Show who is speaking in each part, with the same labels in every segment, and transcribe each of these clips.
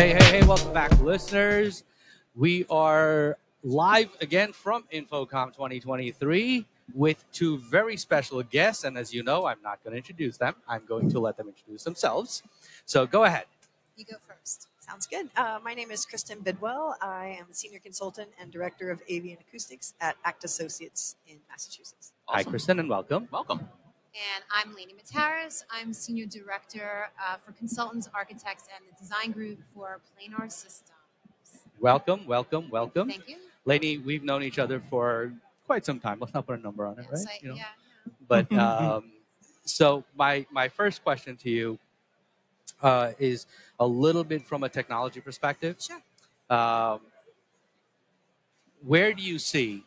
Speaker 1: Hey, hey, hey, welcome back, listeners. We are live again from Infocom 2023 with two very special guests. And as you know, I'm not going to introduce them, I'm going to let them introduce themselves. So go ahead.
Speaker 2: You go first. Sounds good. Uh, my name is Kristen Bidwell. I am senior consultant and director of AV and acoustics at Act Associates in Massachusetts.
Speaker 1: Hi, Kristen, and welcome.
Speaker 3: Welcome.
Speaker 4: And I'm Lainey Mataris. I'm Senior Director uh, for Consultants, Architects, and the Design Group for Planar Systems.
Speaker 1: Welcome, welcome, welcome.
Speaker 4: Thank you.
Speaker 1: Lainey, we've known each other for quite some time. Let's not put a number on it, right?
Speaker 4: Insight,
Speaker 1: You know?
Speaker 4: yeah.
Speaker 1: But
Speaker 2: Mm-hmm.
Speaker 1: um, so my my first question to you uh, is a little bit from a technology perspective.
Speaker 2: Sure.
Speaker 1: Um, where do you see?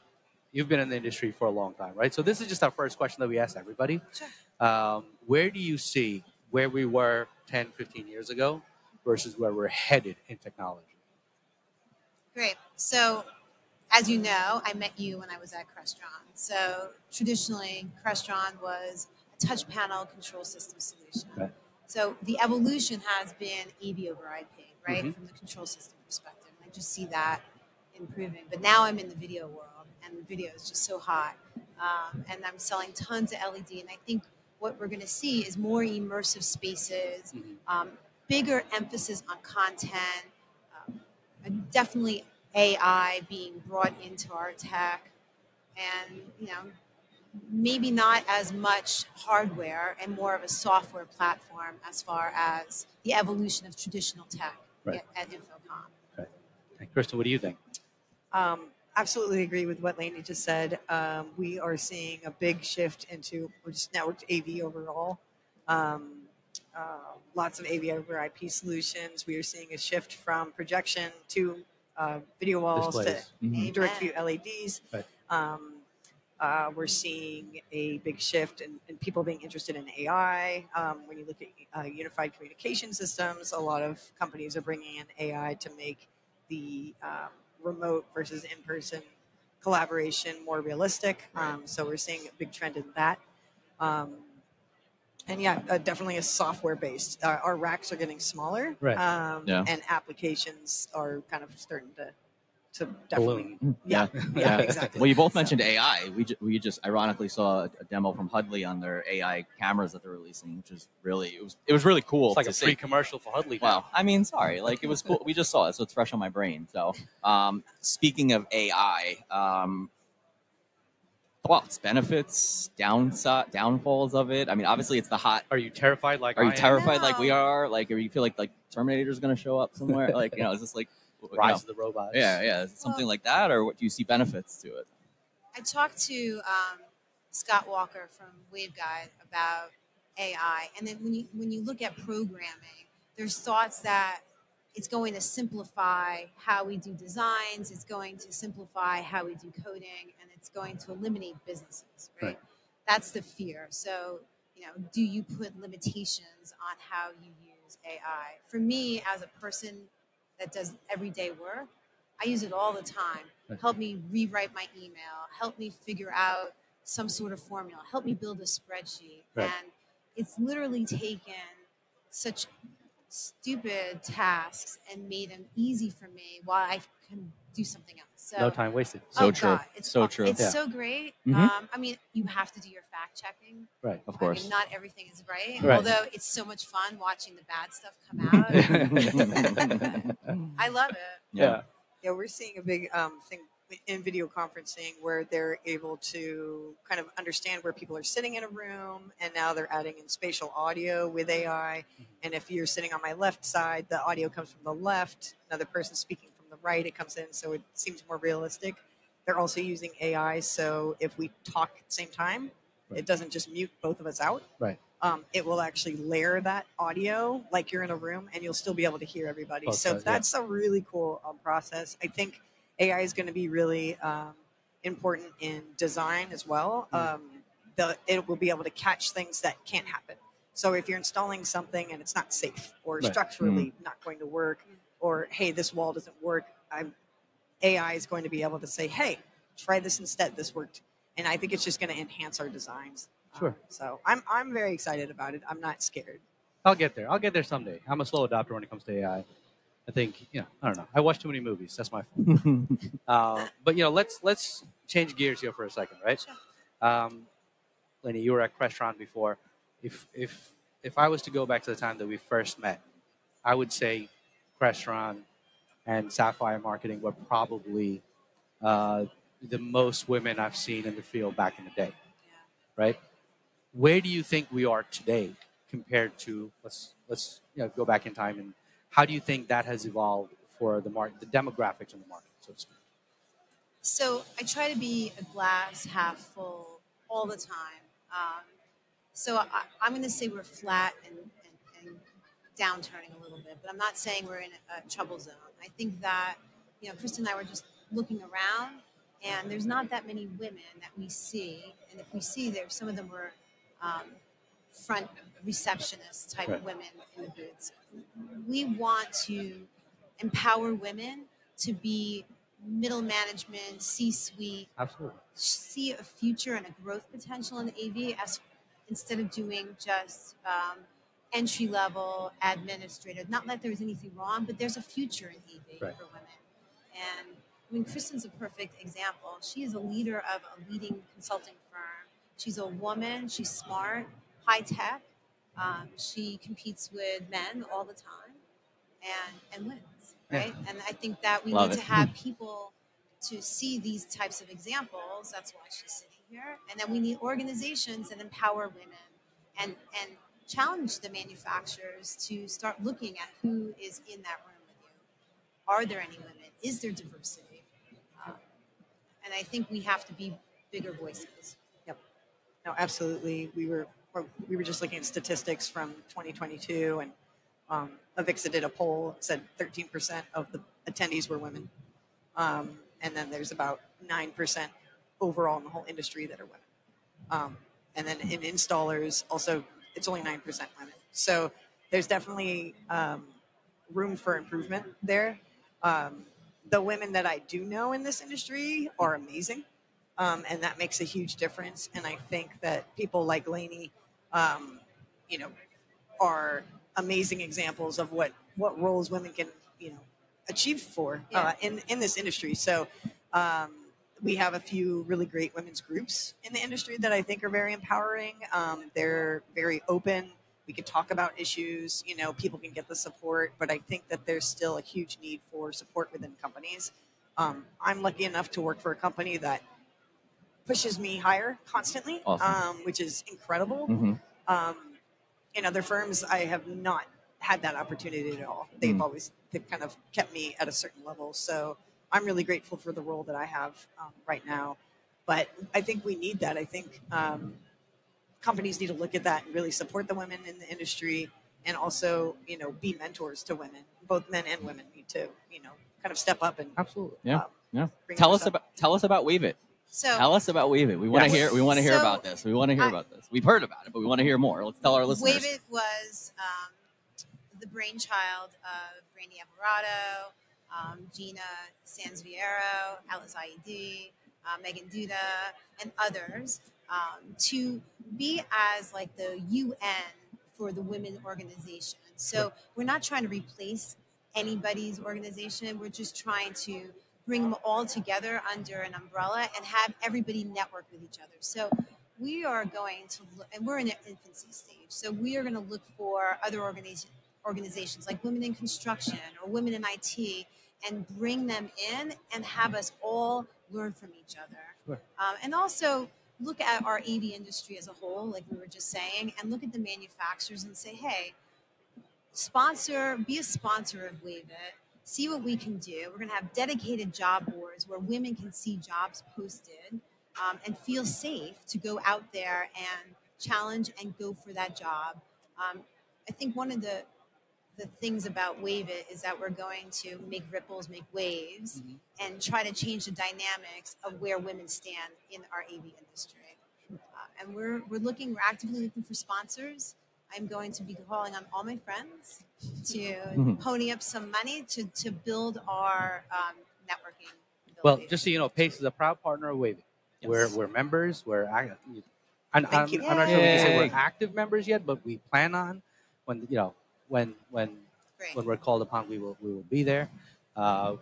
Speaker 1: You've been in the industry for a long time, right? So this is just our first question that we asked everybody.
Speaker 2: Sure.
Speaker 1: Um, where do you see where we were 10, 15 years ago versus where we're headed in technology?
Speaker 4: Great. So, as you know, I met you when I was at Crestron. So, traditionally, Crestron was a touch panel control system solution.
Speaker 1: Right.
Speaker 4: So, the evolution has been EV over IP, right,
Speaker 1: Mhm.
Speaker 4: from the control system perspective. I just see that improving. But now I'm in the video world, and the video is just so hot. Um, and I'm selling tons of LED. And I think what we're going to see is more immersive spaces,
Speaker 2: Mm-hmm.
Speaker 1: Mhm.
Speaker 4: um, bigger emphasis on content, um, and definitely AI being brought into our tech, and you know, maybe not as much hardware and more of a software platform as far as the evolution of traditional tech
Speaker 1: Right.
Speaker 4: at, at Infocom.
Speaker 1: And Kristen, what do you think?
Speaker 2: Um, absolutely agree with what Laney just said. Um, we are seeing a big shift into just networked AV overall. Um, uh, lots of AV over IP solutions. We are seeing a shift from projection to uh, video walls to
Speaker 1: Displays.
Speaker 3: Mhm.
Speaker 2: direct view
Speaker 4: Amen.
Speaker 2: LEDs.
Speaker 1: Mm-hmm. Right.
Speaker 2: Um, uh, we're seeing a big shift in, in people being interested in AI. Um, when you look at uh, unified communication systems, a lot of companies are bringing in AI to make the um, remote versus in person collaboration more realistic. Um, so we're seeing a big trend in that. Um, and yeah, uh, definitely a software based. Uh, our racks are getting smaller,
Speaker 1: Right.
Speaker 2: um,
Speaker 3: Yeah.
Speaker 2: and applications are kind of starting to to definitely,
Speaker 3: Mm,
Speaker 2: yeah, yeah,
Speaker 3: Yeah.
Speaker 2: exactly.
Speaker 3: Well, you both
Speaker 2: So-
Speaker 3: mentioned AI. We, ju- we just ironically saw a a demo from Hudley on their AI cameras that they're releasing, which is really it was it was really cool.
Speaker 1: It's like
Speaker 3: to
Speaker 1: a
Speaker 3: see.
Speaker 1: free commercial for Hudley. now.
Speaker 3: Well, I mean, sorry, like it was cool. We just saw it, so it's fresh on my brain. So, um, speaking of AI, um, thoughts, benefits, downside, downfalls of it. I mean, obviously, it's the hot.
Speaker 1: Are you terrified? Like,
Speaker 3: Are you
Speaker 1: I am?
Speaker 3: terrified like we
Speaker 4: No.
Speaker 3: are? Like, are you feel like like Terminator's going to show up somewhere? Like, you know, is this like you know,
Speaker 1: Rise of the robots.
Speaker 3: Yeah, yeah, is it something like that, or what, do you see benefits to it?
Speaker 4: I talked to um, Scott Walker from Waveguide about AI, and then when you when you look at programming, there's thoughts that it's going to simplify how we do designs, it's going to simplify how we do coding, and it's going to eliminate businesses. Right?
Speaker 1: Right.
Speaker 4: That's the fear. So you know, do you put limitations on how you use AI? For me, as a person that does everyday work, I use it all the time help me rewrite my email, help me figure out some sort of formula, help me build a spreadsheet.
Speaker 1: Right.
Speaker 4: And it's literally taken such stupid tasks and made them easy for me while I can do something else. So,
Speaker 1: No time wasted.
Speaker 3: So
Speaker 4: oh
Speaker 3: true.
Speaker 4: God, it's
Speaker 3: So
Speaker 4: aw-
Speaker 3: true.
Speaker 4: It's
Speaker 1: Yeah.
Speaker 4: so great.
Speaker 3: Mhm.
Speaker 4: Um, I mean, you have to do your fact checking.
Speaker 1: Right.
Speaker 3: Of
Speaker 4: I mean,
Speaker 3: course.
Speaker 4: not everything is right,
Speaker 1: Right.
Speaker 4: although it's so much fun watching the bad stuff come out. I love it.
Speaker 1: Yeah.
Speaker 2: Yeah, we're seeing a big um, thing in video conferencing where they're able to kind of understand where people are sitting in a room, and now they're adding in spatial audio with AI. And if you're sitting on my left side, the audio comes from the left. Another person speaking from the right, it comes in, so it seems more realistic. They're also using AI, so if we talk at the same time,
Speaker 1: Right.
Speaker 2: it doesn't just mute both of us out.
Speaker 1: Right.
Speaker 2: Um, it will actually layer that audio like you're in a room, and you'll still be able to hear everybody.
Speaker 1: Both
Speaker 2: so
Speaker 1: sides, Oh, yeah.
Speaker 2: that's a really cool um, process. I think AI is going to be really um, important in design as well.
Speaker 1: Mhm.
Speaker 2: Um, the, it will be able to catch things that can't happen. So if you're installing something and it's not safe or
Speaker 1: Right. Mm.
Speaker 2: structurally not going to work, or hey, this wall doesn't work, I'm, AI is going to be able to say, hey, try this instead. This worked, and I think it's just going to enhance our designs. Um,
Speaker 1: Sure.
Speaker 2: so I'm I'm very excited about it. I'm not scared.
Speaker 1: I'll get there. I'll get there someday. I'm a slow adopter when it comes to AI. I think you know. I don't know. I watch too many movies. That's my fault.
Speaker 3: All
Speaker 1: Uh, but you know, let's let's change gears here for a second, right?
Speaker 4: Sure.
Speaker 1: Um, Lenny, you were at Crestron before. If if if I was to go back to the time that we first met, I would say Crestron and Sapphire Marketing were probably uh, the most women I've seen in the field back in the day, right? Where do you think we are today compared to let's let's you know, go back in time and how do you think that has evolved for the market, the demographics in the market, so to speak?
Speaker 4: So I try to be a glass half full all the time. Um, so I, I'm going to say we're flat and, and, and downturning a little bit, but I'm not saying we're in a trouble zone. I think that, you know, Kristen and I were just looking around, and there's not that many women that we see. And if we see there, some of them were um, front receptionist type
Speaker 1: Right.
Speaker 4: women in the booths. We want to empower women to be middle management, C suite,
Speaker 1: Absolutely.
Speaker 4: see a future and a growth potential in AV as instead of doing just um, entry level administrative. Not that there's anything wrong, but there's a future in AV
Speaker 1: Right.
Speaker 4: for women. And I mean, Kristen's a perfect example. She is a leader of a leading consulting firm. She's a woman. She's smart, high tech. Um, she competes with men all the time, and and wins.
Speaker 1: Yeah.
Speaker 4: Right. And I think that we
Speaker 3: Love
Speaker 4: need
Speaker 3: it.
Speaker 4: to have people to see these types of examples. That's why she's sitting here. And then we need organizations that empower women and, and challenge the manufacturers to start looking at who is in that room with you. Are there any women? Is there diversity? Um, and I think we have to be bigger voices.
Speaker 2: No, absolutely. We were we were just looking at statistics from 2022, and um, Avixa did a poll said 13% of the attendees were women, um, and then there's about nine percent overall in the whole industry that are women, um, and then in installers also it's only nine percent women. So there's definitely um, room for improvement there. Um, the women that I do know in this industry are amazing um, and that makes a huge difference. And I think that people like Lainey, um, you know, are amazing examples of what what roles women can you know achieve for uh, in in this industry. So. Um, we have a few really great women's groups in the industry that I think are very empowering. Um, they're very open. We can talk about issues. You know, people can get the support, but I think that there's still a huge need for support within companies. Um, I'm lucky enough to work for a company that pushes me higher constantly,
Speaker 3: Awesome.
Speaker 2: um, which is incredible.
Speaker 3: Mhm.
Speaker 2: Um, in other firms, I have not had that opportunity at all. They've
Speaker 3: Mm.
Speaker 2: always they've kind of kept me at a certain level. So I'm really grateful for the role that I have um, right now. But I think we need that. I think um, companies need to look at that and really support the women in the industry, and also you know be mentors to women. Both men and women need to you know kind of step up and
Speaker 1: Absolutely.
Speaker 3: Yeah,
Speaker 2: um,
Speaker 3: yeah.
Speaker 2: bring
Speaker 3: Tell us
Speaker 2: themselves-
Speaker 3: about tell us about Wave It.
Speaker 4: So,
Speaker 3: Tell us about Wave It. We want to
Speaker 1: Yes.
Speaker 3: hear we want to hear
Speaker 4: So,
Speaker 3: about this. We want to hear
Speaker 4: I-
Speaker 3: about this. We've heard about it, but we want to hear more. Let's tell our listeners.
Speaker 4: Wave It was um, the brainchild of Randy Alvarado, um, Gina Sanzviero, Alice IED, uh, Megan Duda, and others um, to be as like the UN for the women organization. So we're not trying to replace anybody's organization. We're just trying to bring them all together under an umbrella and have everybody network with each other. So we are going to look, and we're in an infancy stage, so we are going to look for other organization, organizations like Women in Construction or Women in IT and bring them in and have us all learn from each other.
Speaker 1: Sure.
Speaker 4: Um, and also look at our AV industry as a whole, like we were just saying, and look at the manufacturers and say, hey, sponsor, be a sponsor of Wave It. See what we can do. We're going to have dedicated job boards where women can see jobs posted um, and feel safe to go out there and challenge and go for that job. Um, I think one of the the things about Wave It is that we're going to make ripples, make waves,
Speaker 1: Mhm.
Speaker 4: and try to change the dynamics of where women stand in our AV industry. Uh, and we're we're looking, we're actively looking for sponsors. I'm going to be calling on all my friends to
Speaker 1: Mm-hmm.
Speaker 3: Mhm.
Speaker 4: pony up some money to to build our um, networking.
Speaker 1: Well,
Speaker 4: ability.
Speaker 1: just so you know, Pace is a proud partner of Wavy.
Speaker 3: Yes.
Speaker 1: We're we're members. We're ac- I'm, I'm,
Speaker 2: you.
Speaker 1: I'm not sure we can say
Speaker 3: Yay.
Speaker 1: we're active members yet, but we plan on when you know when when
Speaker 4: Great.
Speaker 1: when we're called upon, we will we will be there. Uh,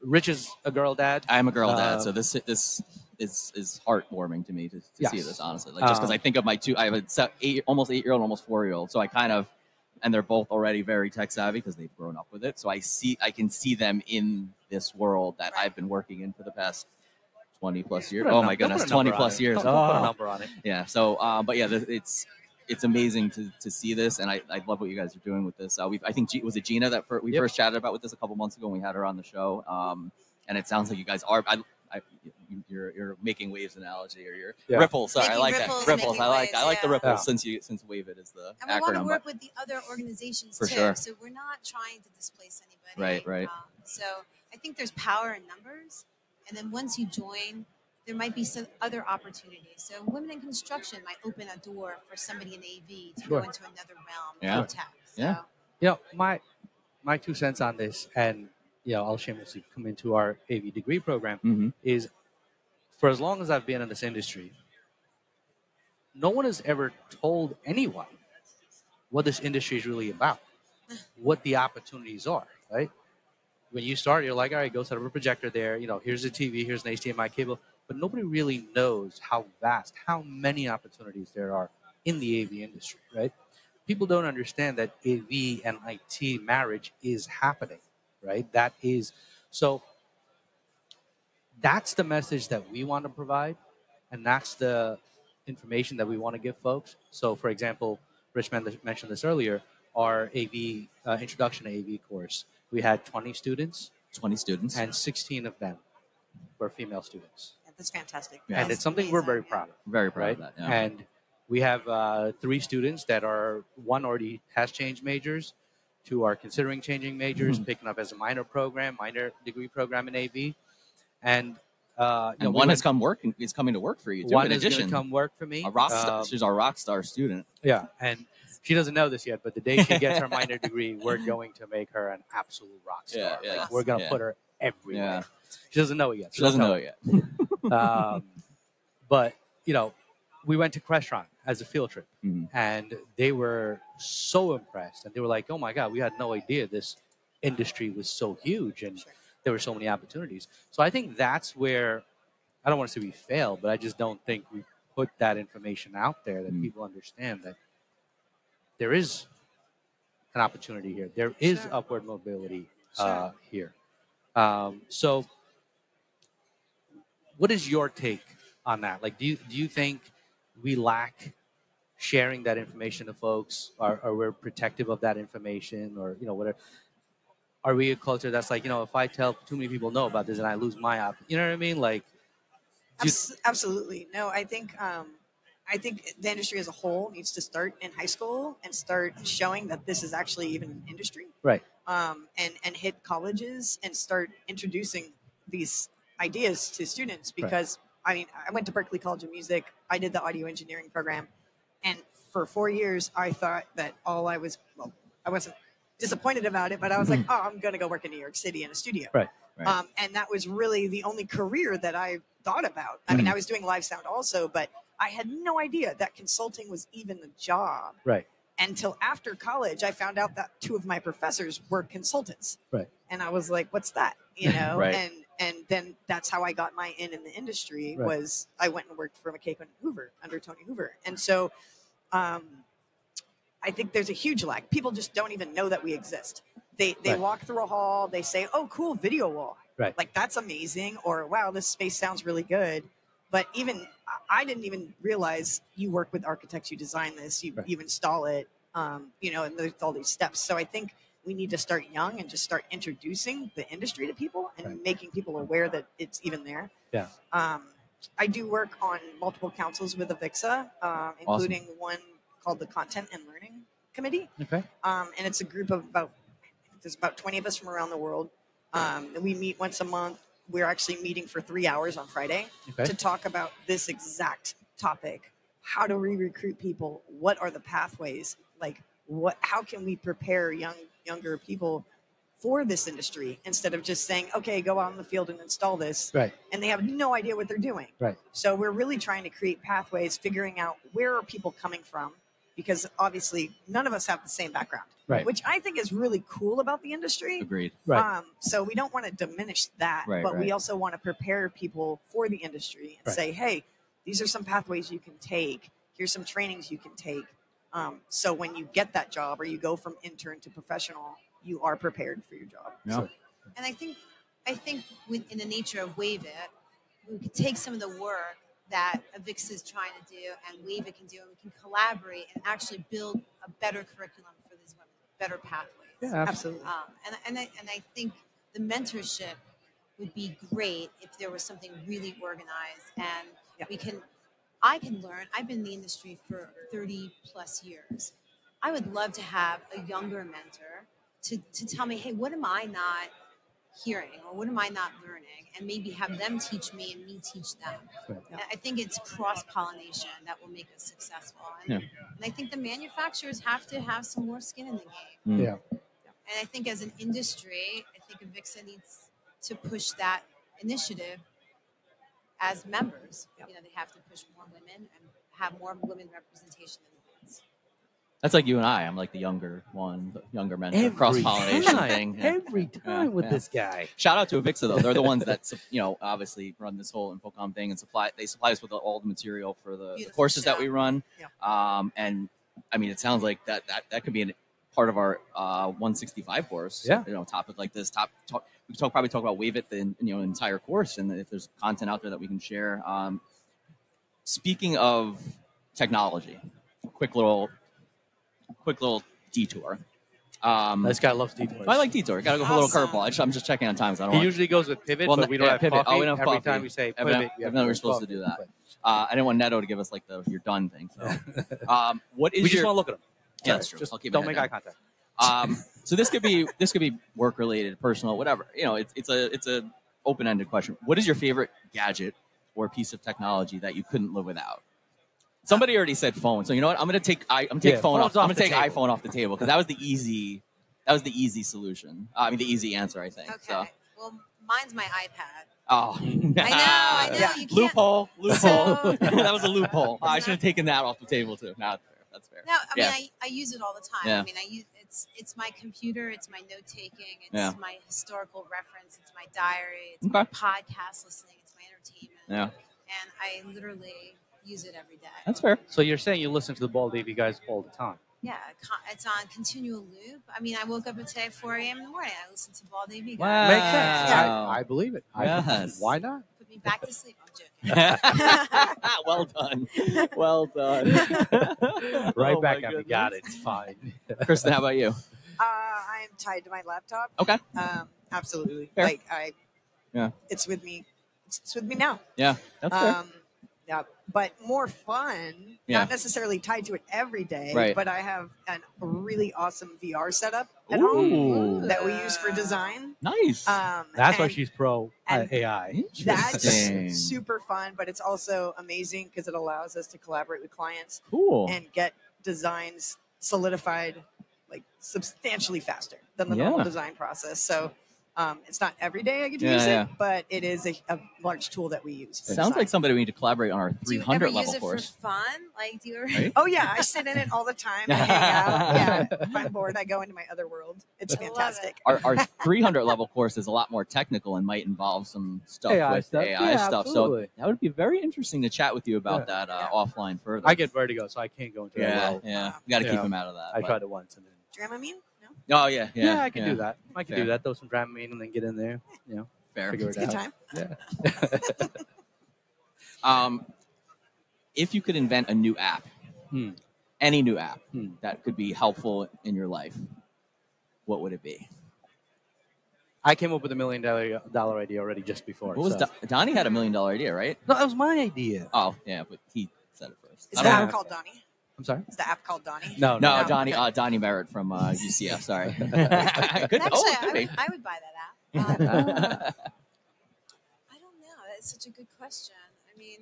Speaker 1: Rich is a girl dad.
Speaker 3: I'm a girl
Speaker 1: Uh,
Speaker 3: dad, so this this is is heartwarming to me to, to see
Speaker 1: Yes.
Speaker 3: this. Honestly, like just because
Speaker 1: Um,
Speaker 3: I think of my two, I have a se- eight, almost eight year old, almost four year old, so I kind of, and they're both already very tech savvy because they've grown up with it. So I see, I can see them in this world that
Speaker 4: Right.
Speaker 3: I've been working in for the past twenty plus years.
Speaker 1: Put a
Speaker 3: Oh
Speaker 1: num-
Speaker 3: my
Speaker 1: don't put
Speaker 3: goodness,
Speaker 1: a number
Speaker 3: twenty
Speaker 1: on
Speaker 3: plus
Speaker 1: it.
Speaker 3: years.
Speaker 1: Don't- don't put a
Speaker 3: Oh.
Speaker 1: number on it.
Speaker 3: yeah so uh, but yeah th- it's it's amazing to, to see this and I, I love what you guys are doing with this uh, we i think G, was it gina that fir- we
Speaker 1: Yep.
Speaker 3: first chatted about with this a couple months ago when we had her on the show um, and it sounds like you guys are I, I, you- you're, you're making waves analogy or you're
Speaker 1: Yeah.
Speaker 3: ripples sorry
Speaker 4: Making
Speaker 3: i like
Speaker 4: ripples,
Speaker 3: that ripples
Speaker 4: making
Speaker 3: i like
Speaker 4: waves,
Speaker 3: i like the
Speaker 4: yeah.
Speaker 3: ripples
Speaker 1: Yeah.
Speaker 3: since you since wave it is the
Speaker 4: And we want to
Speaker 3: acronym
Speaker 4: work
Speaker 3: but
Speaker 4: with the other organizations
Speaker 3: For
Speaker 4: too.
Speaker 3: sure.
Speaker 4: So we're not trying to displace anybody.
Speaker 3: Right, right.
Speaker 4: Um, so I think there's power in numbers. And then once you join, there might be some other opportunities. So women in construction might open a door for somebody in AV to
Speaker 1: Sure.
Speaker 4: go into another realm
Speaker 3: Yeah.
Speaker 4: of tech. So
Speaker 3: Yeah.
Speaker 1: you know, my my two cents on this, and you know, I'll shamelessly come into our AV degree program
Speaker 3: hmm
Speaker 1: is for as long as I've been in this industry, no one has ever told anyone what this industry is really about, what the opportunities are, right? When you start, you're like, all right, go set up a projector there. You know, here's a TV, here's an HDMI cable. But nobody really knows how vast, how many opportunities there are in the AV industry, right? People don't understand that AV and IT marriage is happening, right? That is so that's the message that we want to provide and that's the information that we want to give folks so for example rich men- mentioned this earlier our av uh, introduction to av course we had 20 students
Speaker 3: 20 students
Speaker 1: and 16 of them were female students
Speaker 2: Yeah, that's fantastic.
Speaker 3: Yeah.
Speaker 1: and
Speaker 4: That's
Speaker 1: it's something we're very
Speaker 4: amazing, yeah.
Speaker 1: proud of
Speaker 3: very proud of
Speaker 1: right?
Speaker 3: that yeah.
Speaker 1: And we have uh, three students that are one already has changed majors, two are considering changing majors,
Speaker 3: Mhm.
Speaker 1: picking up as a minor program, minor degree program in AV, and uh, you know,
Speaker 3: and
Speaker 1: we
Speaker 3: one
Speaker 1: went-
Speaker 3: has come working is coming to work for you too
Speaker 1: one
Speaker 3: in
Speaker 1: is going
Speaker 3: addition
Speaker 1: to come work for me.
Speaker 3: a rock star,
Speaker 1: Um,
Speaker 3: she's our rock star student
Speaker 1: yeah, and she doesn't know this yet, but the day she gets her minor degree, we're going to make her an absolute rock star.
Speaker 3: Yeah, yeah.
Speaker 1: Like, we're going to
Speaker 3: Yeah.
Speaker 1: put her everywhere.
Speaker 3: Yeah.
Speaker 1: She doesn't know it yet.
Speaker 3: she doesn't
Speaker 1: She'll
Speaker 3: know it yet
Speaker 1: um, but you know, we went to Crestron as a field trip,
Speaker 3: Mhm.
Speaker 1: and they were so impressed, and they were like, "Oh my god, we had no idea this industry was so huge, and
Speaker 2: Sure.
Speaker 1: there were so many opportunities." So I think that's where I don't want to say we fail, but I just don't think we put that information out there that
Speaker 3: Mm.
Speaker 1: people understand that there is an opportunity here. There is
Speaker 4: Sure.
Speaker 1: upward mobility
Speaker 4: Sure.
Speaker 1: uh, here. Um, so, what is your take on that? Like, do you do you think we lack sharing that information to folks, or, or we're protective of that information, or you know, whatever? Are we a culture that's like, you know, if I tell too many people know about this and I lose my op, you know what I mean? Like, do you-
Speaker 2: Abs- absolutely. No, I think um, I think the industry as a whole needs to start in high school and start showing that this is actually even an industry.
Speaker 1: Right.
Speaker 2: Um, and and hit colleges and start introducing these ideas to students because I mean I went to Berkeley College of Music. I did the audio engineering program, and for four years I thought that all I was well I wasn't disappointed about it, but I was like, oh, I'm going to go work in New York City in a studio.
Speaker 1: Mm-hmm. Right,
Speaker 3: right.
Speaker 2: Um, and that was really the only career that I thought about. I
Speaker 1: Hmm.
Speaker 2: mean, I was doing live sound also, but I had no idea that consulting was even a job
Speaker 1: right,
Speaker 2: until after college. I found out that two of my professors were consultants.
Speaker 1: Right.
Speaker 2: And I was like, what's that? You know,
Speaker 3: Right.
Speaker 2: and and then that's how I got my in in the industry
Speaker 1: Right.
Speaker 2: was I went and worked for McCabe and Hoover under Tony Hoover. And so um, I think there's a huge lack. People just don't even know that we exist. They they
Speaker 1: Right.
Speaker 2: walk through a hall, they say, "Oh, cool video wall."
Speaker 1: Right.
Speaker 2: Like that's amazing, or "Wow, this space sounds really good." But even I I didn't even realize you work with architects, you design this, you
Speaker 1: Right.
Speaker 2: you install it, um, you know, and there's all these steps. So I think we need to start young and just start introducing the industry to people and
Speaker 1: Right.
Speaker 2: making people aware that it's even there.
Speaker 1: Yeah.
Speaker 2: Um, I do work on multiple councils with Avixa, um, including one called the Content and Learning Committee,
Speaker 1: okay,
Speaker 2: um, and it's a group of about there's about 20 of us from around the world. Um, and we meet once a month. We're actually meeting for three hours on Friday
Speaker 1: okay,
Speaker 2: to talk about this exact topic. How do we recruit people? What are the pathways? Like what how can we prepare young younger people for this industry instead of just saying, okay, go out in the field and install this
Speaker 1: right,
Speaker 2: and they have no idea what they're doing.
Speaker 1: Right.
Speaker 2: So we're really trying to create pathways, figuring out where are people coming from, because obviously none of us have the same background,
Speaker 1: Right.
Speaker 2: which I think is really cool about the industry.
Speaker 3: Agreed.
Speaker 1: Right.
Speaker 2: Um, so we don't want to diminish that,
Speaker 3: Right,
Speaker 2: but we
Speaker 3: right.
Speaker 2: also want to prepare people for the industry and
Speaker 1: Right.
Speaker 2: say, hey, these are some pathways you can take. Here's some trainings you can take. Um, so when you get that job or you go from intern to professional, you are prepared for your job.
Speaker 3: Yeah.
Speaker 1: So-
Speaker 4: And I think, I think with, in the nature of Wave It, we could take some of the work that Avix is trying to do and Wave It can do, and we can collaborate and actually build a better curriculum for these women, better pathways.
Speaker 1: Yeah,
Speaker 2: Absolutely.
Speaker 4: Um, and, and, I, and I think the mentorship would be great if there was something really organized and
Speaker 2: Yeah.
Speaker 4: we can, I can learn. I've been in the industry for 30 plus years. I would love to have a younger mentor to, to tell me, hey, what am I not hearing or what am I not learning? And maybe have them teach me and me teach them.
Speaker 1: Right.
Speaker 4: And I think it's cross pollination that will make us successful. And, and I think the manufacturers have to have some more skin in the game.
Speaker 3: Mm.
Speaker 1: Yeah.
Speaker 4: And I think as an industry, I think Avixa needs to push that initiative as members.
Speaker 2: Yep.
Speaker 4: You know, they have to push more women and have more women representation in the boards.
Speaker 3: That's like you and I. I'm like the younger one, the younger mentor,
Speaker 1: Every
Speaker 3: cross pollination
Speaker 1: time.
Speaker 3: thing. Yeah.
Speaker 1: Every time with
Speaker 3: yeah.
Speaker 1: this guy.
Speaker 3: Shout out to Avixa though. They're the ones that you know obviously run this whole Infocom thing and supply. They supply us with all the material for the, the
Speaker 4: Beautiful
Speaker 3: courses
Speaker 4: job.
Speaker 3: that we run.
Speaker 2: Yeah.
Speaker 3: Um, and I mean, it sounds like that that, that could be an, part of our uh, 165 course.
Speaker 1: Yeah.
Speaker 3: You know, topic like this. Top talk. We could talk probably talk about Wave It the en- you know entire course and if there's content out there that we can share. Um, speaking of technology, quick little quick little detour. Um,
Speaker 1: This guy loves detours.
Speaker 3: I like detour. Gotta go for a little
Speaker 4: Awesome.
Speaker 3: curveball. I just- I'm just checking on times. I don't
Speaker 1: He
Speaker 3: want
Speaker 1: usually goes with pivot,
Speaker 3: Well,
Speaker 1: but we don't
Speaker 3: yeah,
Speaker 1: have
Speaker 3: pivot.
Speaker 1: coffee.
Speaker 3: Oh, we don't have
Speaker 1: Every
Speaker 3: coffee.
Speaker 1: time we say
Speaker 3: Evident-
Speaker 1: pivot, we have
Speaker 3: evidently we're
Speaker 1: to
Speaker 3: supposed to
Speaker 1: coffee,
Speaker 3: do that.
Speaker 1: but
Speaker 3: Uh, I didn't want Neto to give us like the "you're done" thing. So, um, what is
Speaker 1: We just
Speaker 3: your?
Speaker 1: want to look at him.
Speaker 3: yeah, that's true.
Speaker 1: Just
Speaker 3: I'll keep my
Speaker 1: don't
Speaker 3: head
Speaker 1: make
Speaker 3: down.
Speaker 1: eye contact.
Speaker 3: Um, so this could be this could be work related, personal, whatever. You know, it's it's a it's a open ended question. What is your favorite gadget or piece of technology that you couldn't live without? Somebody already said phone, so you know what? I'm gonna take I, I'm gonna take
Speaker 1: Yeah,
Speaker 3: phone
Speaker 1: phone's
Speaker 3: off.
Speaker 1: off
Speaker 3: I'm gonna
Speaker 1: the
Speaker 3: take
Speaker 1: table.
Speaker 3: iPhone off the table because that was the easy that was the easy solution. Uh, I mean, the easy answer, I think.
Speaker 4: Okay.
Speaker 3: So,
Speaker 4: Well, mine's my iPad.
Speaker 3: oh,
Speaker 4: I know, I know.
Speaker 2: Yeah.
Speaker 4: You can't.
Speaker 3: loophole, loophole.
Speaker 4: So-
Speaker 3: that was a loophole. I should have taken that off the table too. No, that's fair. That's fair.
Speaker 4: No, I
Speaker 3: Yeah.
Speaker 4: mean I, I use it all the time.
Speaker 3: Yeah.
Speaker 4: I mean I use it's it's my computer, it's my note taking, it's
Speaker 3: Yeah.
Speaker 4: my historical reference, it's my diary, it's
Speaker 3: Okay.
Speaker 4: my podcast listening, it's my entertainment.
Speaker 3: Yeah.
Speaker 4: And I literally use it every day.
Speaker 3: That's fair.
Speaker 1: So you're saying you listen to the Bald Davy guys all the time?
Speaker 4: Yeah, con- it's on continual loop. I mean, I woke up at today at 4 a.m. in the morning. I listened to Bald Davy.
Speaker 3: Wow.
Speaker 1: Makes sense.
Speaker 3: Wow.
Speaker 1: I, I believe it. I,
Speaker 3: Yes.
Speaker 1: Why not?
Speaker 4: Put me back to sleep. I'm joking.
Speaker 3: well done. Well done.
Speaker 1: Right
Speaker 3: Oh my
Speaker 1: back at me.
Speaker 3: goodness.
Speaker 1: Got it. It's fine.
Speaker 3: Kristen, how about you?
Speaker 2: Uh, I am tied to my laptop.
Speaker 3: Okay.
Speaker 2: Um, absolutely.
Speaker 3: Fair.
Speaker 2: Like I,
Speaker 3: Yeah.
Speaker 2: it's with me. It's, it's with me now.
Speaker 3: Yeah, that's fair.
Speaker 2: Um, yeah, but more fun.
Speaker 3: Yeah.
Speaker 2: Not necessarily tied to it every day.
Speaker 3: Right.
Speaker 2: But I have an, a really awesome VR setup at home
Speaker 3: Ooh,
Speaker 2: that we use for design.
Speaker 3: nice.
Speaker 4: uh,
Speaker 2: Um,
Speaker 1: That's why
Speaker 2: and
Speaker 1: she's pro uh,
Speaker 2: and-
Speaker 1: AI.
Speaker 3: Interesting.
Speaker 2: That's super fun, but it's also amazing because it allows us to collaborate with clients
Speaker 3: cool.
Speaker 2: and get designs solidified like substantially faster than the
Speaker 3: Yeah.
Speaker 2: normal design process. So um, it's not every day I get to
Speaker 3: Yeah,
Speaker 2: use
Speaker 3: yeah.
Speaker 2: it, but it is a, a large tool that we use. for
Speaker 3: Sounds
Speaker 2: design.
Speaker 3: like somebody we need to collaborate on our
Speaker 4: Do you ever
Speaker 3: 300
Speaker 4: use
Speaker 3: level
Speaker 4: it
Speaker 3: course.
Speaker 4: for fun? Like, do you ever?
Speaker 3: Right?
Speaker 2: Oh yeah, I sit in it all the time. I hang out. Yeah, if I'm bored, I go into my other world. It's
Speaker 4: I love it.
Speaker 2: fantastic.
Speaker 3: Our, our 300 level course is a lot more technical and might involve some stuff
Speaker 1: AI
Speaker 3: with
Speaker 1: stuff.
Speaker 3: AI
Speaker 1: Yeah,
Speaker 3: stuff.
Speaker 1: absolutely.
Speaker 3: So that would be very interesting to chat with you about that uh,
Speaker 2: Yeah.
Speaker 3: offline further.
Speaker 1: I get vertigo, so I can't go into that
Speaker 3: yeah,
Speaker 1: world.
Speaker 3: yeah. We got to keep
Speaker 1: Yeah.
Speaker 3: him out of that.
Speaker 1: I
Speaker 3: but-
Speaker 1: tried it once, and then
Speaker 2: Dramamine? No,
Speaker 3: Oh yeah, yeah.
Speaker 1: yeah, I can do that. I can
Speaker 3: Fair.
Speaker 1: do that. Throw some Dramamine and then get in there. You know,
Speaker 3: Fair.
Speaker 1: figure
Speaker 2: it's
Speaker 1: it
Speaker 2: a good
Speaker 1: out.
Speaker 2: time.
Speaker 3: Um, if you could invent a new app,
Speaker 1: Hmm.
Speaker 3: any new app
Speaker 1: Hmm.
Speaker 3: that could be helpful in your life, what would it be?
Speaker 1: I came up with a million dollar dollar idea already just before.
Speaker 3: What was
Speaker 1: so-
Speaker 3: Do- Donnie had a million dollar idea, right?
Speaker 1: No, that was my idea.
Speaker 3: Oh yeah, but he said it first.
Speaker 2: Is the
Speaker 3: I don't
Speaker 1: that-
Speaker 2: app
Speaker 1: know.
Speaker 2: called Donnie?
Speaker 1: I'm sorry.
Speaker 2: Is the app called Donnie?
Speaker 1: No,
Speaker 3: know.
Speaker 1: Oh, no,
Speaker 3: no, Donnie, uh, Donnie Merritt from uh, UCF. Sorry. Good-
Speaker 4: Actually,
Speaker 3: oh,
Speaker 4: I,
Speaker 3: it could
Speaker 4: would, I would buy that app. Um,
Speaker 3: be.
Speaker 4: I don't know. That's such a good question. I mean,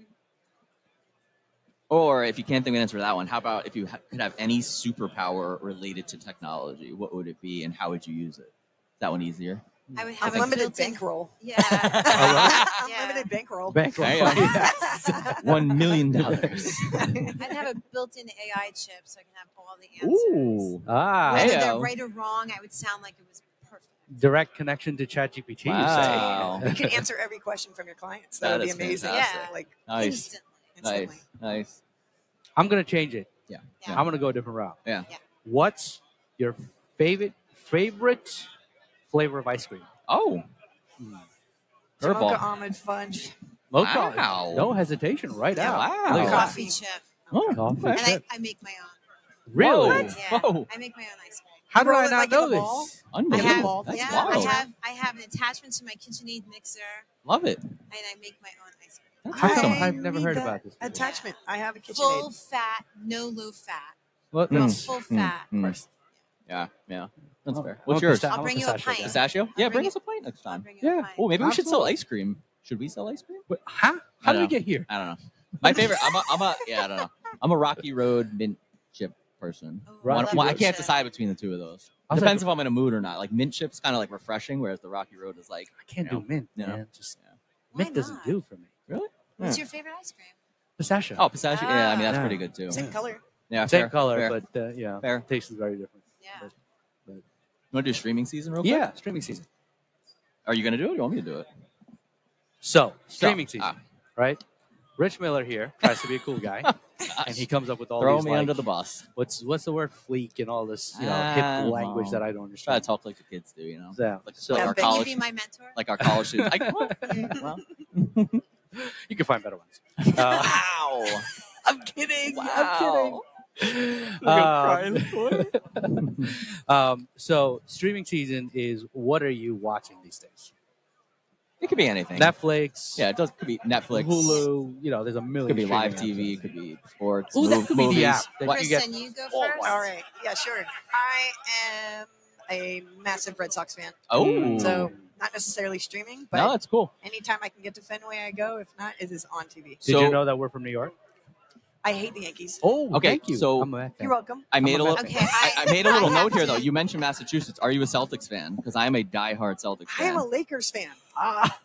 Speaker 3: or if you can't think of an answer to that one, how about if you ha- could have any superpower related to technology, what would it be, and how would you use it? Is that one easier?
Speaker 4: I would have a
Speaker 2: Unlimited
Speaker 4: built-in-
Speaker 2: bankroll.
Speaker 4: Yeah.
Speaker 1: right.
Speaker 2: Unlimited bankroll.
Speaker 1: Bankroll.
Speaker 3: Yeah,
Speaker 1: Yeah.
Speaker 3: One million dollars.
Speaker 4: I'd have a built-in AI chip so I can have all the answers.
Speaker 3: Ooh.
Speaker 1: Ah,
Speaker 4: Whether they're
Speaker 3: Ayo.
Speaker 4: right or wrong, I would sound like it was perfect.
Speaker 1: direct connection to ChatGPT. you say.
Speaker 3: Wow.
Speaker 2: You can answer every question from your clients. That,
Speaker 3: That
Speaker 2: would be
Speaker 3: is
Speaker 2: amazing.
Speaker 4: fantastic. Yeah.
Speaker 2: Like
Speaker 3: Nice.
Speaker 4: Instantly.
Speaker 2: instantly.
Speaker 3: Nice. Nice.
Speaker 1: I'm gonna change it.
Speaker 4: Yeah.
Speaker 1: I'm gonna go a different route.
Speaker 3: Yeah.
Speaker 4: Yeah.
Speaker 1: What's your favorite favorite flavor of ice cream?
Speaker 3: Oh.
Speaker 2: Mocha
Speaker 3: Purple.
Speaker 2: almond fudge.
Speaker 1: Mocha.
Speaker 3: Wow.
Speaker 1: No hesitation, right
Speaker 3: Yeah,
Speaker 1: out.
Speaker 3: wow.
Speaker 1: Look at that.
Speaker 4: Coffee chip.
Speaker 3: Oh,
Speaker 1: Coffee
Speaker 3: okay.
Speaker 4: And I, I make my own.
Speaker 1: Really?
Speaker 3: What?
Speaker 4: Yeah.
Speaker 3: Whoa.
Speaker 4: I make my own ice cream.
Speaker 1: How did
Speaker 2: Roll
Speaker 1: I
Speaker 2: it
Speaker 1: not
Speaker 2: like in
Speaker 1: know
Speaker 2: the ball?
Speaker 1: this?
Speaker 4: I have,
Speaker 3: Unbelievable. That's
Speaker 4: yeah,
Speaker 3: wild.
Speaker 4: I have I have an attachment to my KitchenAid mixer,
Speaker 3: Love it.
Speaker 4: and I make my own ice cream.
Speaker 3: That's
Speaker 1: How come
Speaker 3: awesome.
Speaker 2: I
Speaker 1: I've never
Speaker 2: need
Speaker 1: heard
Speaker 2: that
Speaker 1: about this? before?
Speaker 2: Attachment. I have a kitchen
Speaker 4: Full fat, no low fat.
Speaker 1: What?
Speaker 4: Well,
Speaker 1: no.
Speaker 3: Mm,
Speaker 4: full
Speaker 3: mm,
Speaker 4: fat.
Speaker 3: mm.
Speaker 4: First.
Speaker 3: Yeah. Yeah. That's
Speaker 1: Oh,
Speaker 3: fair.
Speaker 1: I
Speaker 3: What's
Speaker 1: want
Speaker 3: yours?
Speaker 1: pista- I
Speaker 4: I'll
Speaker 1: want
Speaker 4: bring you a
Speaker 1: pistachio.
Speaker 4: pint.
Speaker 3: Pistachio? Yeah,
Speaker 4: bring
Speaker 3: bring
Speaker 4: it-
Speaker 3: us a pint next
Speaker 4: I'll
Speaker 3: time.
Speaker 4: bring you a
Speaker 1: Yeah.
Speaker 4: pint.
Speaker 3: Oh, maybe we should sell
Speaker 1: Absolutely.
Speaker 3: ice cream. Should we sell ice cream?
Speaker 1: Wait, huh? How
Speaker 3: I
Speaker 1: did we
Speaker 3: know.
Speaker 1: get here?
Speaker 3: I don't know. My favorite. I'm a. I'm a. Yeah, I don't know. I'm a Rocky Road mint chip person.
Speaker 4: Oh,
Speaker 1: Rocky
Speaker 3: One,
Speaker 4: love
Speaker 1: Road
Speaker 3: one- I
Speaker 4: that
Speaker 3: can't
Speaker 4: shit.
Speaker 3: decide between the two of those.
Speaker 1: I was
Speaker 3: Depends
Speaker 1: like,
Speaker 3: if I'm in a mood or not. Like mint chips, kind of like refreshing, whereas the Rocky Road is like
Speaker 1: I can't
Speaker 3: No.
Speaker 1: do mint.
Speaker 3: No.
Speaker 1: Man. Just
Speaker 4: Why
Speaker 1: mint doesn't
Speaker 4: not?
Speaker 1: do for me.
Speaker 3: really.
Speaker 4: What's your favorite ice cream?
Speaker 1: Pistachio.
Speaker 3: Oh, pistachio. Yeah, I mean that's
Speaker 1: Ah.
Speaker 3: pretty good too.
Speaker 2: aid. Same color.
Speaker 3: Yeah,
Speaker 1: Same
Speaker 3: fair,
Speaker 1: color,
Speaker 3: fair.
Speaker 1: but uh, yeah,
Speaker 3: Fair.
Speaker 1: taste is very different.
Speaker 4: Yeah.
Speaker 3: you want to do streaming season real quick?
Speaker 1: Yeah, streaming season.
Speaker 3: Are you gonna do it? Or you want me to do it?
Speaker 1: So uh, streaming
Speaker 3: So,
Speaker 1: season,
Speaker 3: ah,
Speaker 1: right? Rich Miller here tries to be a cool guy, and he comes up with all
Speaker 3: Ah. throw
Speaker 1: these
Speaker 3: me
Speaker 1: like,
Speaker 3: under the bus.
Speaker 1: what's what's the word fleek and all this you know
Speaker 3: Ah,
Speaker 1: hip language
Speaker 3: well,
Speaker 1: that I don't
Speaker 3: Try to
Speaker 1: understand.
Speaker 3: talk like the kids do, you know?
Speaker 1: So,
Speaker 3: Like,
Speaker 1: so
Speaker 3: like our
Speaker 2: Yeah,
Speaker 4: Can you be
Speaker 3: college,
Speaker 4: my mentor?
Speaker 3: like our college students. Like, well, well,
Speaker 1: you can find better ones. Uh,
Speaker 3: wow,
Speaker 2: I'm kidding.
Speaker 3: wow.
Speaker 1: um, um, so streaming season is what are you watching these days?
Speaker 3: It could be anything.
Speaker 1: Netflix,
Speaker 3: yeah, it does. Could be Netflix,
Speaker 1: Hulu. You know, there's a million.
Speaker 3: Could be live
Speaker 1: streaming
Speaker 3: TV.
Speaker 1: apps.
Speaker 3: Could be sports.
Speaker 1: Ooh, that
Speaker 3: mov-
Speaker 1: could be the
Speaker 3: movies.
Speaker 1: app that
Speaker 3: What-
Speaker 1: you
Speaker 4: Kristen,
Speaker 1: get-
Speaker 4: you, go
Speaker 3: Oh,
Speaker 4: first.
Speaker 2: All right. Yeah, sure. I am a massive Red Sox fan.
Speaker 3: Oh,
Speaker 1: Mm,
Speaker 2: So not necessarily streaming, but
Speaker 3: no, that's cool.
Speaker 2: anytime I can get to Fenway, I go. If not, it is on TV.
Speaker 1: Did
Speaker 3: So-
Speaker 1: you know that we're from New York?
Speaker 2: I hate the Yankees.
Speaker 1: Oh,
Speaker 3: Okay,
Speaker 1: Thank you.
Speaker 3: so-
Speaker 1: I'm a Met fan.
Speaker 2: You're welcome.
Speaker 3: I made
Speaker 1: a
Speaker 3: a little.
Speaker 1: Mets
Speaker 4: Okay,
Speaker 3: I,
Speaker 4: I,
Speaker 3: I made a little
Speaker 4: I have
Speaker 3: note here though.
Speaker 4: to-
Speaker 3: You mentioned Massachusetts. Are you a Celtics fan? Because I am a diehard Celtics
Speaker 2: I am
Speaker 3: fan.
Speaker 2: a Lakers fan. Ah,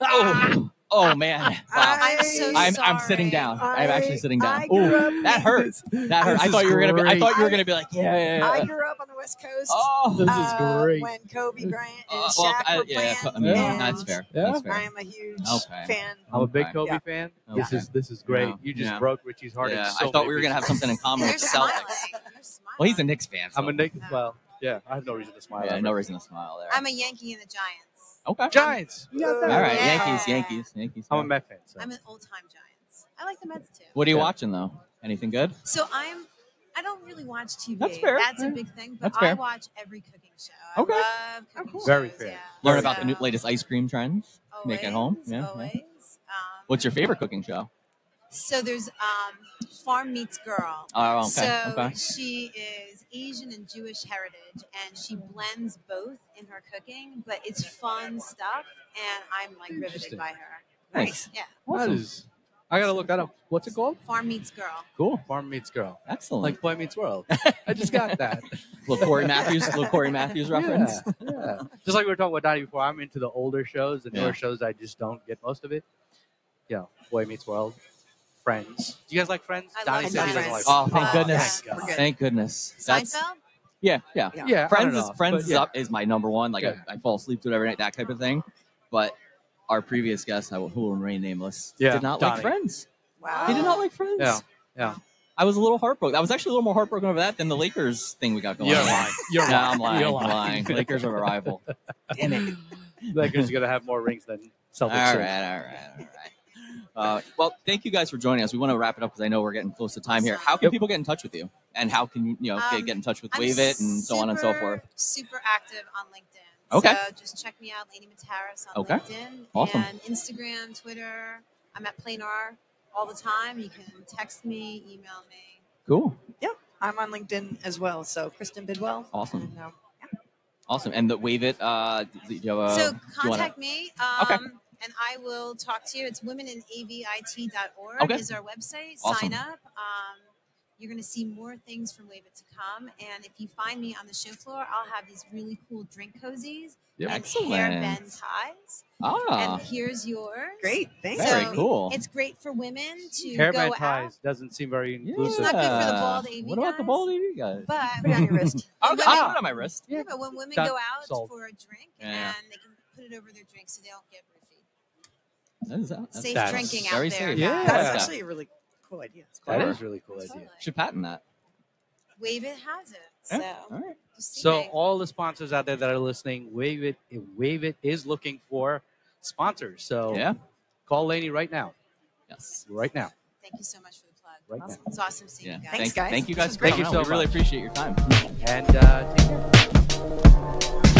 Speaker 3: oh, oh man, wow.
Speaker 4: I'm so
Speaker 3: I'm, I'm
Speaker 4: sorry.
Speaker 3: sitting down. I'm actually sitting down.
Speaker 2: I
Speaker 3: Ooh,
Speaker 2: grew up
Speaker 3: that hurt.
Speaker 2: This,
Speaker 3: That hurt.
Speaker 1: This
Speaker 3: I thought
Speaker 1: is
Speaker 3: you were gonna. Be, I
Speaker 1: great.
Speaker 3: thought you were
Speaker 2: I-
Speaker 3: gonna be like, yeah, yeah, yeah.
Speaker 2: I grew up on the West Coast.
Speaker 3: oh,
Speaker 1: This is
Speaker 2: uh,
Speaker 1: great.
Speaker 2: When Kobe Bryant and
Speaker 3: Uh,
Speaker 2: Shaq
Speaker 3: well, I-
Speaker 2: were
Speaker 3: yeah,
Speaker 2: playing,
Speaker 3: I mean,
Speaker 1: Yeah.
Speaker 3: that's fair.
Speaker 1: Yeah.
Speaker 3: That's fair.
Speaker 2: I am a huge
Speaker 3: Okay.
Speaker 2: fan.
Speaker 1: I'm a big
Speaker 3: Okay.
Speaker 1: Kobe
Speaker 2: Yeah.
Speaker 1: fan.
Speaker 3: Okay.
Speaker 1: This is this is great.
Speaker 3: Yeah.
Speaker 1: You just
Speaker 3: Yeah.
Speaker 1: broke Richie's heart. in
Speaker 3: Yeah,
Speaker 1: so
Speaker 3: I thought
Speaker 1: many
Speaker 3: we were gonna have
Speaker 1: pieces.
Speaker 3: something in common
Speaker 4: You're
Speaker 3: with
Speaker 4: smiling.
Speaker 3: Celtics.
Speaker 4: You're smiling.
Speaker 3: Well, he's a Knicks fan. So.
Speaker 1: I'm a Nick. Well, yeah, I have no reason to smile.
Speaker 3: Yeah,
Speaker 1: at
Speaker 3: no
Speaker 1: him.
Speaker 3: reason to smile there.
Speaker 4: I'm a Yankee and the Giants.
Speaker 3: okay.
Speaker 1: Giants.
Speaker 2: All
Speaker 3: All right,
Speaker 4: Yeah.
Speaker 3: Yankees, Yankees, Yankees.
Speaker 1: I'm a
Speaker 3: yeah.
Speaker 1: Met fan. So.
Speaker 4: I'm an old time Giants. I like the Mets too.
Speaker 3: What are you
Speaker 1: Yeah.
Speaker 3: watching though? Anything good?
Speaker 4: So I'm. I don't really watch TV.
Speaker 3: That's fair.
Speaker 4: That's a
Speaker 3: Yeah.
Speaker 4: big thing. But
Speaker 3: That's fair.
Speaker 4: I watch every cooking show. I
Speaker 3: Okay.
Speaker 4: Love cooking
Speaker 2: cool.
Speaker 1: Very
Speaker 4: shows,
Speaker 1: fair.
Speaker 4: Yeah.
Speaker 3: Learn
Speaker 1: Very
Speaker 3: about the new,
Speaker 4: So,
Speaker 3: latest ice cream trends. Make at home.
Speaker 4: always,
Speaker 3: Yeah, yeah.
Speaker 4: Always. Um,
Speaker 3: What's your favorite cooking show?
Speaker 4: So there's um, Farm Meets Girl.
Speaker 3: Oh, okay.
Speaker 4: so
Speaker 3: okay.
Speaker 4: she is Asian and Jewish heritage, and she blends both in her cooking, but it's fun stuff, and I'm like riveted
Speaker 1: Interesting.
Speaker 4: by her.
Speaker 3: Nice.
Speaker 4: Yeah,
Speaker 1: That is. I gotta look that up. What's it called?
Speaker 4: Farm Meets Girl.
Speaker 3: Cool.
Speaker 1: Farm meets girl,
Speaker 3: Excellent.
Speaker 1: like Boy Meets World. I just got that
Speaker 3: little Corey Matthews, little Corey Matthews reference.
Speaker 1: Yeah, yeah. Just like we were talking about Donnie before, I'm into the older shows, the newer
Speaker 3: Yeah.
Speaker 1: shows. I just don't get most of it. You know, Boy Meets World, Friends. Do you guys like Friends?
Speaker 4: I
Speaker 1: Donnie
Speaker 4: love
Speaker 1: said he doesn't like.
Speaker 4: Friends.
Speaker 3: Oh, thank
Speaker 4: Oh,
Speaker 3: goodness.
Speaker 1: thank God.
Speaker 2: Okay.
Speaker 3: Thank goodness. That's
Speaker 4: Seinfeld.
Speaker 3: yeah, yeah.
Speaker 1: Friends. Yeah, I don't
Speaker 3: Friends is
Speaker 1: know,
Speaker 3: Friends
Speaker 1: but
Speaker 3: is
Speaker 1: yeah.
Speaker 3: up is my number one. Like
Speaker 1: Yeah.
Speaker 3: I, I fall asleep to it every night, that type of thing. But our previous guest, I will- who will remain nameless,
Speaker 1: Yeah,
Speaker 3: did not like
Speaker 1: Donnie.
Speaker 3: Friends.
Speaker 2: Wow.
Speaker 3: He did not like Friends.
Speaker 1: Yeah, yeah.
Speaker 3: I was a little heartbroken. I was actually a little more heartbroken over that than the Lakers thing we got going.
Speaker 1: You're
Speaker 3: on.
Speaker 1: lying. You're
Speaker 3: No, I'm lying.
Speaker 1: You're
Speaker 3: I'm lying.
Speaker 1: lying.
Speaker 3: Lakers are a rival.
Speaker 2: Damn it.
Speaker 1: Lakers are gonna have more rings than Celtics.
Speaker 3: All right, all right, all right. Uh, well, thank you guys for joining us. We want to wrap it up because I know we're getting close to time here. How can
Speaker 1: Yep.
Speaker 3: people get in touch with you? And how can you, you know, get-
Speaker 4: Um,
Speaker 3: get in touch with
Speaker 4: I'm
Speaker 3: Wave It and so on and so
Speaker 4: super,
Speaker 3: forth?
Speaker 4: Super active on LinkedIn.
Speaker 3: Okay.
Speaker 4: So just check me out, Lady Mataris on
Speaker 3: Okay.
Speaker 4: LinkedIn.
Speaker 3: Awesome.
Speaker 4: And Instagram, Twitter. I'm at Planar all the time. You can text me, email me.
Speaker 3: Cool.
Speaker 2: I'm on LinkedIn as well. So Kristen Bidwell.
Speaker 3: Awesome.
Speaker 2: And, um,
Speaker 3: Awesome. And the Wave It, uh, do you have a,
Speaker 4: so
Speaker 3: do you wanna-
Speaker 4: contact me. Um,
Speaker 3: Okay.
Speaker 4: And I will talk to you. It's womeninavit.org
Speaker 3: Okay.
Speaker 4: is our website.
Speaker 3: Awesome.
Speaker 4: Sign up. Um, You're going to see more things from Wave It to come. And if you find me on the show floor, I'll have these really cool drink cozies
Speaker 3: Yep.
Speaker 4: and hairbend
Speaker 3: Excellent.
Speaker 4: ties.
Speaker 3: Ah,
Speaker 4: And here's yours.
Speaker 2: Great. Thanks. Um,
Speaker 3: very
Speaker 4: so
Speaker 3: cool.
Speaker 4: It's great for women to go
Speaker 1: Hairband
Speaker 4: out.
Speaker 1: ties doesn't seem very
Speaker 4: It's
Speaker 1: inclusive.
Speaker 4: not good for the
Speaker 3: Yeah.
Speaker 4: bald AV
Speaker 3: What about the
Speaker 4: guys.
Speaker 3: bald AV guys? Ah.
Speaker 4: But
Speaker 2: Put it on your wrist.
Speaker 3: I'll,
Speaker 4: when
Speaker 3: I'll
Speaker 4: women-
Speaker 3: put it on my wrist.
Speaker 4: yeah, but when women
Speaker 1: Done.
Speaker 4: go out
Speaker 1: Sold.
Speaker 4: for a drink
Speaker 3: Yeah.
Speaker 4: and they can put it over their drink so they don't get roofie.
Speaker 3: That is, that's
Speaker 4: Safe
Speaker 1: That's
Speaker 4: drinking out
Speaker 3: very
Speaker 4: there.
Speaker 3: safe.
Speaker 1: Yeah.
Speaker 4: guys.
Speaker 2: That's
Speaker 3: Yeah.
Speaker 2: actually a really cool idea.
Speaker 1: that
Speaker 3: clever.
Speaker 1: is really cool idea.
Speaker 4: Totally.
Speaker 3: Should patent that.
Speaker 4: Wave it has it. So,
Speaker 3: Yeah. All right.
Speaker 4: just see
Speaker 1: So
Speaker 4: like-
Speaker 1: all the sponsors out there that are listening, Wave It, Wave It is looking for sponsors. So
Speaker 3: Yeah.
Speaker 1: call Laney right now,
Speaker 3: Yes.
Speaker 1: right now,
Speaker 4: thank you so much for the plug.
Speaker 1: right
Speaker 2: Awesome.
Speaker 4: It's awesome seeing
Speaker 3: Yeah.
Speaker 4: you guys.
Speaker 2: Thanks,
Speaker 3: thank,
Speaker 2: guys.
Speaker 3: Thank you
Speaker 2: This
Speaker 3: guys.
Speaker 2: was
Speaker 3: for
Speaker 1: great.
Speaker 3: coming
Speaker 1: Thank you
Speaker 3: out.
Speaker 1: so
Speaker 3: we really appreciate your time.
Speaker 1: now. And uh, take care.